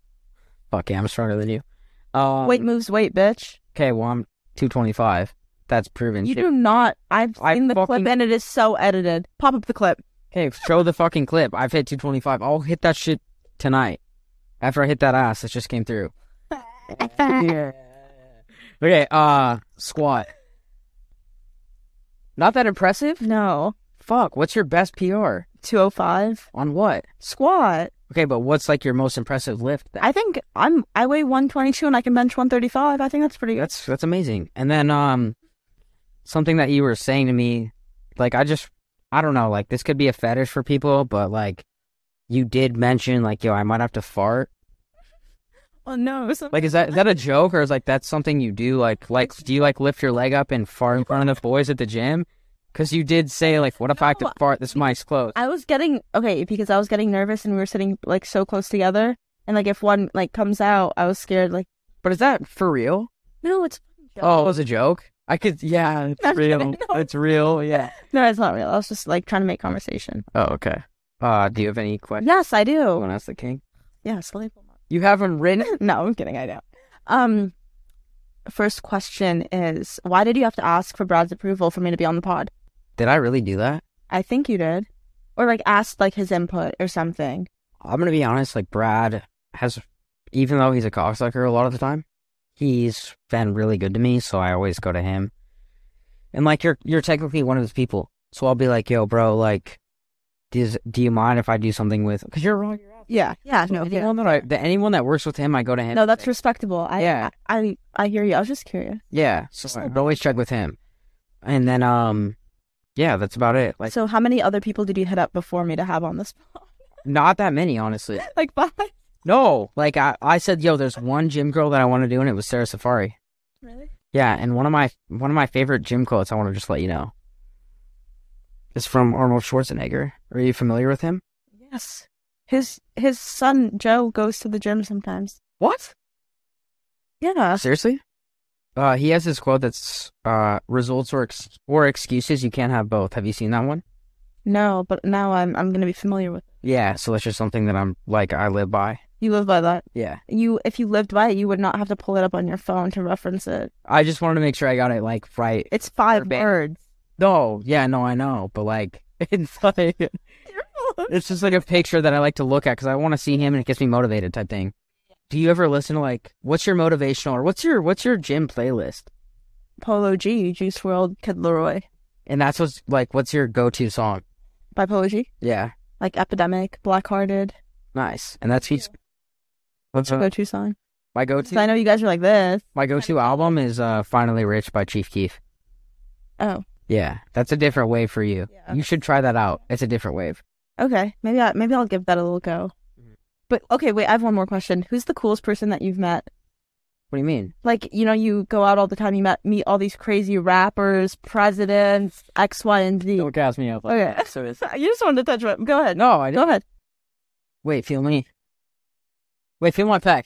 Speaker 1: Fuck yeah, I'm stronger than you. Um,
Speaker 2: Weight moves weight, bitch.
Speaker 1: Okay, well I'm 225. That's proven.
Speaker 2: You do not. I've
Speaker 1: I
Speaker 2: seen the
Speaker 1: fucking-
Speaker 2: clip and it is so edited. Pop up the clip.
Speaker 1: Okay, show the fucking clip. I've hit 225. I'll hit that shit tonight. After I hit that ass that just came through. Okay, uh, squat. Not that impressive?
Speaker 2: No.
Speaker 1: Fuck, what's your best PR?
Speaker 2: 205
Speaker 1: On what?
Speaker 2: squat.
Speaker 1: Okay, but what's like your most impressive lift? then?
Speaker 2: I think I'm I weigh 122 and I can bench 135. I think that's pretty good.
Speaker 1: That's that's amazing. And then um something that you were saying to me, like I just I don't know, like this could be a fetish for people, but like you did mention like yo, I might have to fart.
Speaker 2: Oh no. So,
Speaker 1: Like is that is that a joke or is like that's something you do like like do you like lift your leg up and fart in front of the boys at the gym? Cuz you did say like what if I have to
Speaker 2: No.
Speaker 1: fart this mic's closed.
Speaker 2: I was getting okay because I was getting nervous and we were sitting like so close together and like if one like comes out, I was scared like
Speaker 1: But is that for real?
Speaker 2: no, it's
Speaker 1: Oh, it was a joke. I could yeah, it's
Speaker 2: I'm
Speaker 1: real.
Speaker 2: kidding, no.
Speaker 1: It's real. Yeah.
Speaker 2: no, it's not real. I was just like trying to make conversation.
Speaker 1: Oh, okay. Uh, do you have any questions?
Speaker 2: Yes, I
Speaker 1: You
Speaker 2: do.
Speaker 1: want to ask Oh, the king?
Speaker 2: Yeah, sleep.
Speaker 1: You have them written?
Speaker 2: No, I'm kidding. I don't. Um first question is why did you have to ask for Brad's approval for me to be on the pod?
Speaker 1: Did I really do that?
Speaker 2: I think you did. Or like asked like his input or something.
Speaker 1: I'm gonna be honest. Like Brad has, even though he's a cocksucker a lot of the time, he's been really good to me. So I always go to him. And like you're you're technically one of his people. So I'll be like, yo, bro, like, does do you mind if I do something with? Because you're wrong.
Speaker 2: Yeah. Yeah. No. yeah.
Speaker 1: anyone that I, the, anyone that works with him, I go to him.
Speaker 2: No, that's respectable. I,
Speaker 1: Yeah.
Speaker 2: I, I I hear you. I was just curious.
Speaker 1: yeah. So I always check with him. And then um, yeah, that's about it. Like
Speaker 2: so, how many other people did you hit up before me to have on this?
Speaker 1: not that many, honestly.
Speaker 2: like five.
Speaker 1: No, like I, I said, yo, there's one gym girl that I want to do, and it was Sarah Safari.
Speaker 2: Really?
Speaker 1: Yeah, and one of my one of my favorite gym quotes I want to just let you know is from Arnold Schwarzenegger. Are you familiar with him?
Speaker 2: Yes. His his son Joe goes to the gym sometimes.
Speaker 1: What?
Speaker 2: Yeah.
Speaker 1: Seriously? Uh, he has this quote that's uh, results or ex- or excuses. You can't have both. Have you seen that one?
Speaker 2: No, but now I'm I'm gonna be familiar with. It.
Speaker 1: Yeah. So that's just something that I'm like I live by.
Speaker 2: You live by that.
Speaker 1: Yeah.
Speaker 2: You if you lived by it, you would not have to pull it up on your phone to reference it.
Speaker 1: I just wanted to make sure I got it like right.
Speaker 2: It's five
Speaker 1: Verbatim.
Speaker 2: words.
Speaker 1: No. Yeah. No. I know. But like. It's like it's just like a picture that I like to look at because I want to see him and it gets me motivated type thing. Do you ever listen to like what's your motivational or what's your what's your gym playlist?
Speaker 2: Polo G, Juice World, Kid Leroy
Speaker 1: And that's what's like, what's your go to song?
Speaker 2: by Polo G,
Speaker 1: Yeah.
Speaker 2: like Epidemic, Blackhearted,
Speaker 1: Nice. And that's he's. What's
Speaker 2: go to song.
Speaker 1: my go
Speaker 2: 'Cause I
Speaker 1: to?
Speaker 2: know you guys are like this.
Speaker 1: My go to album is uh, Finally Rich by Chief Keef.
Speaker 2: Oh,
Speaker 1: Yeah. That's a different wave for you.
Speaker 2: Yeah.
Speaker 1: You should try that out. It's a different wave.
Speaker 2: Okay, maybe I maybe I'll give that a little go.
Speaker 1: Mm-hmm.
Speaker 2: But okay, wait, I have one more question. Who's the coolest person that you've met?
Speaker 1: What do you mean?
Speaker 2: Like, you know, you go out all the time, you met, meet all these crazy rappers, presidents, X, Y, and Z.
Speaker 1: Don't gas me up.
Speaker 2: Okay. You just wanted to touch on. Go ahead.
Speaker 1: No, I
Speaker 2: Go
Speaker 1: don't.
Speaker 2: ahead.
Speaker 1: Wait, feel me. Wait, feel my pack.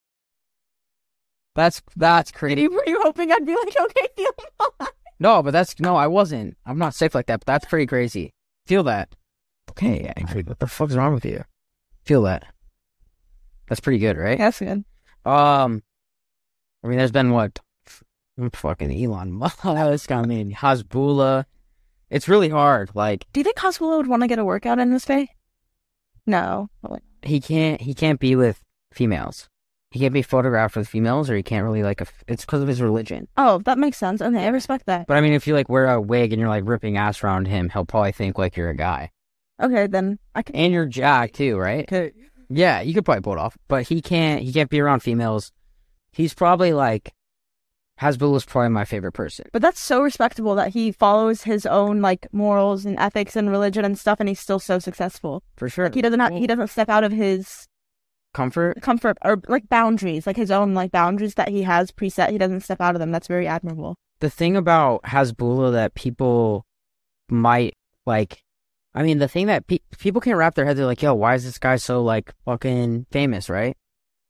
Speaker 1: That's that's crazy.
Speaker 2: Were you hoping I'd be like, okay, feel mine?
Speaker 1: No, but that's no, I wasn't. I'm not safe like that. But that's pretty crazy. Feel that. Okay, Angry, what the fuck's wrong with you? Feel that. That's pretty good, right?
Speaker 2: That's good.
Speaker 1: Um, I mean, there's been what I'm fucking Elon Musk. this guy, man, Hasbula. It's really hard. Like
Speaker 2: Do you think Hasbulla would want to get a workout in this day? No.
Speaker 1: he can't he can't be with females. He can't be photographed with females, or he can't really like. A, it's because of his religion.
Speaker 2: Oh, that makes sense. Okay, I respect that.
Speaker 1: But I mean, if you like wear a wig and you're like ripping ass around him, he'll probably think like you're a guy.
Speaker 2: Okay, then I can.
Speaker 1: And you're Jack too, right? Yeah, you could probably pull it off, but he can't. He can't be around females. He's probably like Hasbulla is probably my favorite person.
Speaker 2: But that's so respectable that he follows his own like morals and ethics and religion and stuff, and he's still so successful.
Speaker 1: For sure.
Speaker 2: He doesn't have, he doesn't step out of his
Speaker 1: Comfort.
Speaker 2: comfort or like boundaries, like his own like boundaries that he has preset. He doesn't step out of them. That's very admirable.
Speaker 1: The thing about Hasbulla that people might like, I mean, the thing that pe- people can't wrap their heads, they're like, yo, why is this guy so like fucking famous, right?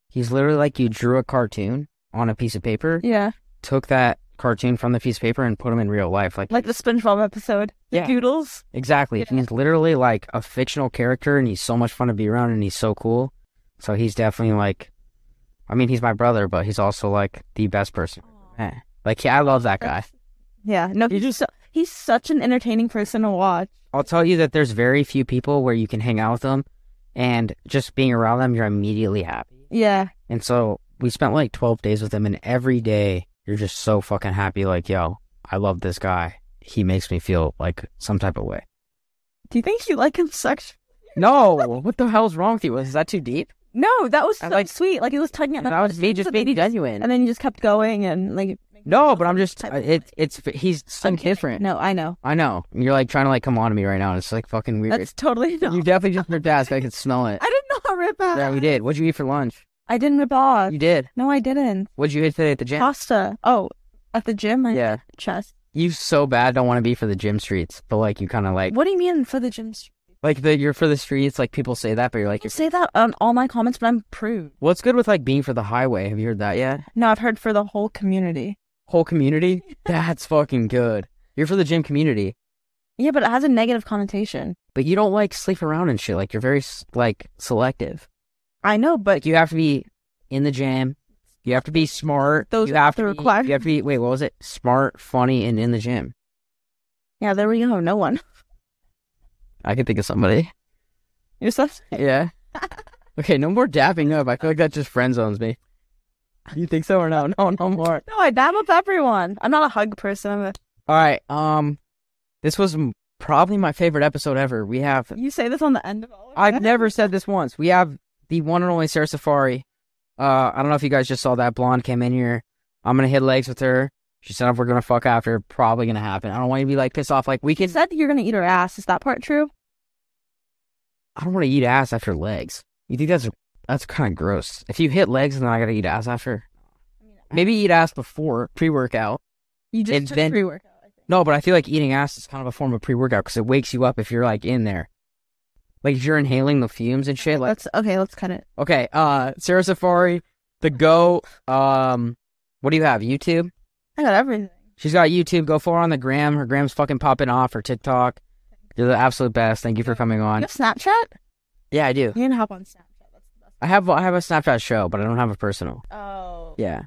Speaker 1: He's literally like you drew a cartoon on a piece of paper,
Speaker 2: Yeah,
Speaker 1: took that cartoon from the piece of paper and put him in real life. Like,
Speaker 2: like the SpongeBob episode, the
Speaker 1: Yeah.
Speaker 2: Doodles.
Speaker 1: exactly. He's literally like a fictional character and he's so much fun to be around and he's so cool. So he's definitely like, I mean, he's my brother, but he's also like the best person. Eh. Like, yeah, I love that guy.
Speaker 2: Yeah, no, he's just so, he's such an entertaining person to watch.
Speaker 1: I'll tell you that there's very few people where you can hang out with them and just being around them, you're immediately happy.
Speaker 2: Yeah,
Speaker 1: And so we spent like 12 days with them, and every day you're just so fucking happy. Like, yo, I love this guy. He makes me feel like some type of way.
Speaker 2: do you think you like him sexually?
Speaker 1: No, what the hell's wrong with you? Is that too deep?
Speaker 2: No, that was so
Speaker 1: I like-
Speaker 2: sweet. Like he was tugging at
Speaker 1: That was me just being genuine.
Speaker 2: and then you just kept going and like
Speaker 1: No, but I'm just, it, it's, he's so
Speaker 2: I'm kidding.
Speaker 1: different.
Speaker 2: No, I know.
Speaker 1: I know. You're like trying to like come on to me right now. and It's like fucking weird.
Speaker 2: That's totally no.
Speaker 1: You definitely just ripped ass. I could smell it.
Speaker 2: I didn't know I rip off.
Speaker 1: Yeah, we did. What'd you eat for lunch?
Speaker 2: I didn't rip off.
Speaker 1: You did.
Speaker 2: No, I didn't.
Speaker 1: What'd you eat today at the gym?
Speaker 2: Pasta. Oh, at the gym. I
Speaker 1: Yeah.
Speaker 2: Chest.
Speaker 1: You so bad don't want to be for the gym streets, but like you kind of like
Speaker 2: What do you mean for the gym? st-
Speaker 1: like the you're for the streets. Like people say that, but you're like
Speaker 2: You
Speaker 1: you're,
Speaker 2: say that on all my comments, but I'm prude.
Speaker 1: what's good with like being for the highway? Have you heard that yet?
Speaker 2: No, I've heard for the whole community.
Speaker 1: Whole community. That's fucking good. You're for the gym community,
Speaker 2: Yeah, but it has a negative connotation.
Speaker 1: but you don't like sleep around and shit. Like you're very s- like selective.
Speaker 2: I know, but
Speaker 1: Like you have to be in the gym. You have to be smart.
Speaker 2: Those
Speaker 1: you have to
Speaker 2: are the
Speaker 1: be- You have to be wait. What was it? Smart, funny, and in the gym.
Speaker 2: yeah, there we go. No one.
Speaker 1: I can think of somebody.
Speaker 2: You're such.
Speaker 1: Yeah. okay, no more dapping up. I feel like that just friend zones me. You think so or no? No, no more.
Speaker 2: No, I dab up everyone. I'm not a hug person. I'm a...
Speaker 1: All right. Um, this was m- probably my favorite episode ever. We have
Speaker 2: You say this on the end of all. Of
Speaker 1: I've
Speaker 2: it?
Speaker 1: never said this once. We have the one and only Sarah Safari. Uh, I don't know if you guys just saw that blonde came in here. I'm gonna hit legs with her. She said if we're gonna fuck after, probably gonna happen. I don't want you to be like pissed off. Like we
Speaker 2: You
Speaker 1: can.
Speaker 2: said that you're gonna eat her ass. Is that part true?
Speaker 1: I don't want to eat ass after legs. You think that's that's kind of gross. If you hit legs and then I gotta eat ass after. Maybe eat ass before pre workout.
Speaker 2: You
Speaker 1: And
Speaker 2: just took
Speaker 1: then-
Speaker 2: pre-workout.
Speaker 1: No, but I feel like eating ass is kind of a form of pre workout because it wakes you up if you're like in there. Like if you're inhaling the fumes and shit. Like
Speaker 2: Let's okay. Let's cut it.
Speaker 1: okay, uh, Sarah Safari, the Go. Um, what do you have? YouTube.
Speaker 2: I got everything.
Speaker 1: She's got YouTube. Go for her on the gram. Her gram's fucking popping off. Her TikTok. You're the absolute best. Thank you for coming
Speaker 2: You
Speaker 1: on.
Speaker 2: have Snapchat?
Speaker 1: Yeah, I do.
Speaker 2: You can hop on Snapchat. That's the best.
Speaker 1: I have I have a Snapchat show, but I don't have a personal.
Speaker 2: Oh.
Speaker 1: Yeah.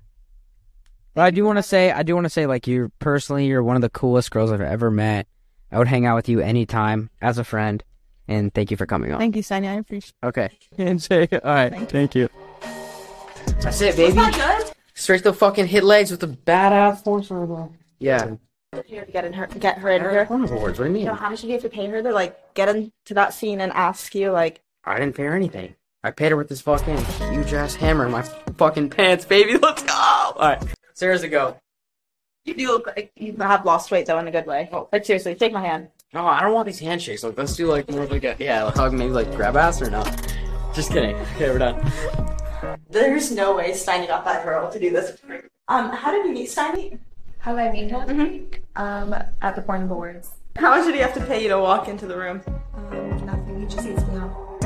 Speaker 1: But I do want to say, I do want to say, like, you're personally, you're one of the coolest girls I've ever met. I would hang out with you anytime as a friend. And thank you for coming on.
Speaker 2: Thank you, Sonia. I appreciate.
Speaker 1: okay. And say, all right. Thank you. That's it, baby. Straight to fucking hit legs with a badass horse robot. Yeah.
Speaker 2: You get in her, get her in here.
Speaker 1: Horn awards. What do you mean?
Speaker 2: how much do you have to pay her to like get into that scene and ask you like?
Speaker 1: I didn't pay her anything. I paid her with this fucking huge ass hammer in my fucking pants, baby. Let's go. All right. Sarah's a go.
Speaker 2: You do look like you have lost weight though in a good way.
Speaker 1: Oh.
Speaker 2: Like seriously, take my hand.
Speaker 1: No, I don't want these handshakes. Like, let's do like more of like a yeah, like, hug, maybe like grab ass or no. Just kidding. Okay, we're done.
Speaker 2: There's no way Steiny got that girl to do this. Um, how did you meet Steiny?
Speaker 5: How do I meet him? Um, at the porn boards.
Speaker 2: How much did he have to pay you to walk into the room?
Speaker 5: Um, nothing. He just eats me up.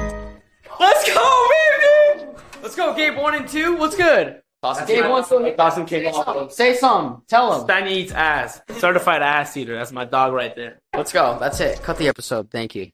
Speaker 1: Let's go, baby. Let's go, Gabe. One and two. What's good? Gabe wants to
Speaker 7: Dawson came
Speaker 1: say
Speaker 7: off.
Speaker 1: something. Say something. Tell him.
Speaker 7: Danny eats ass. Certified ass eater. That's my dog right there.
Speaker 1: Let's go. That's it. Cut the episode. Thank you.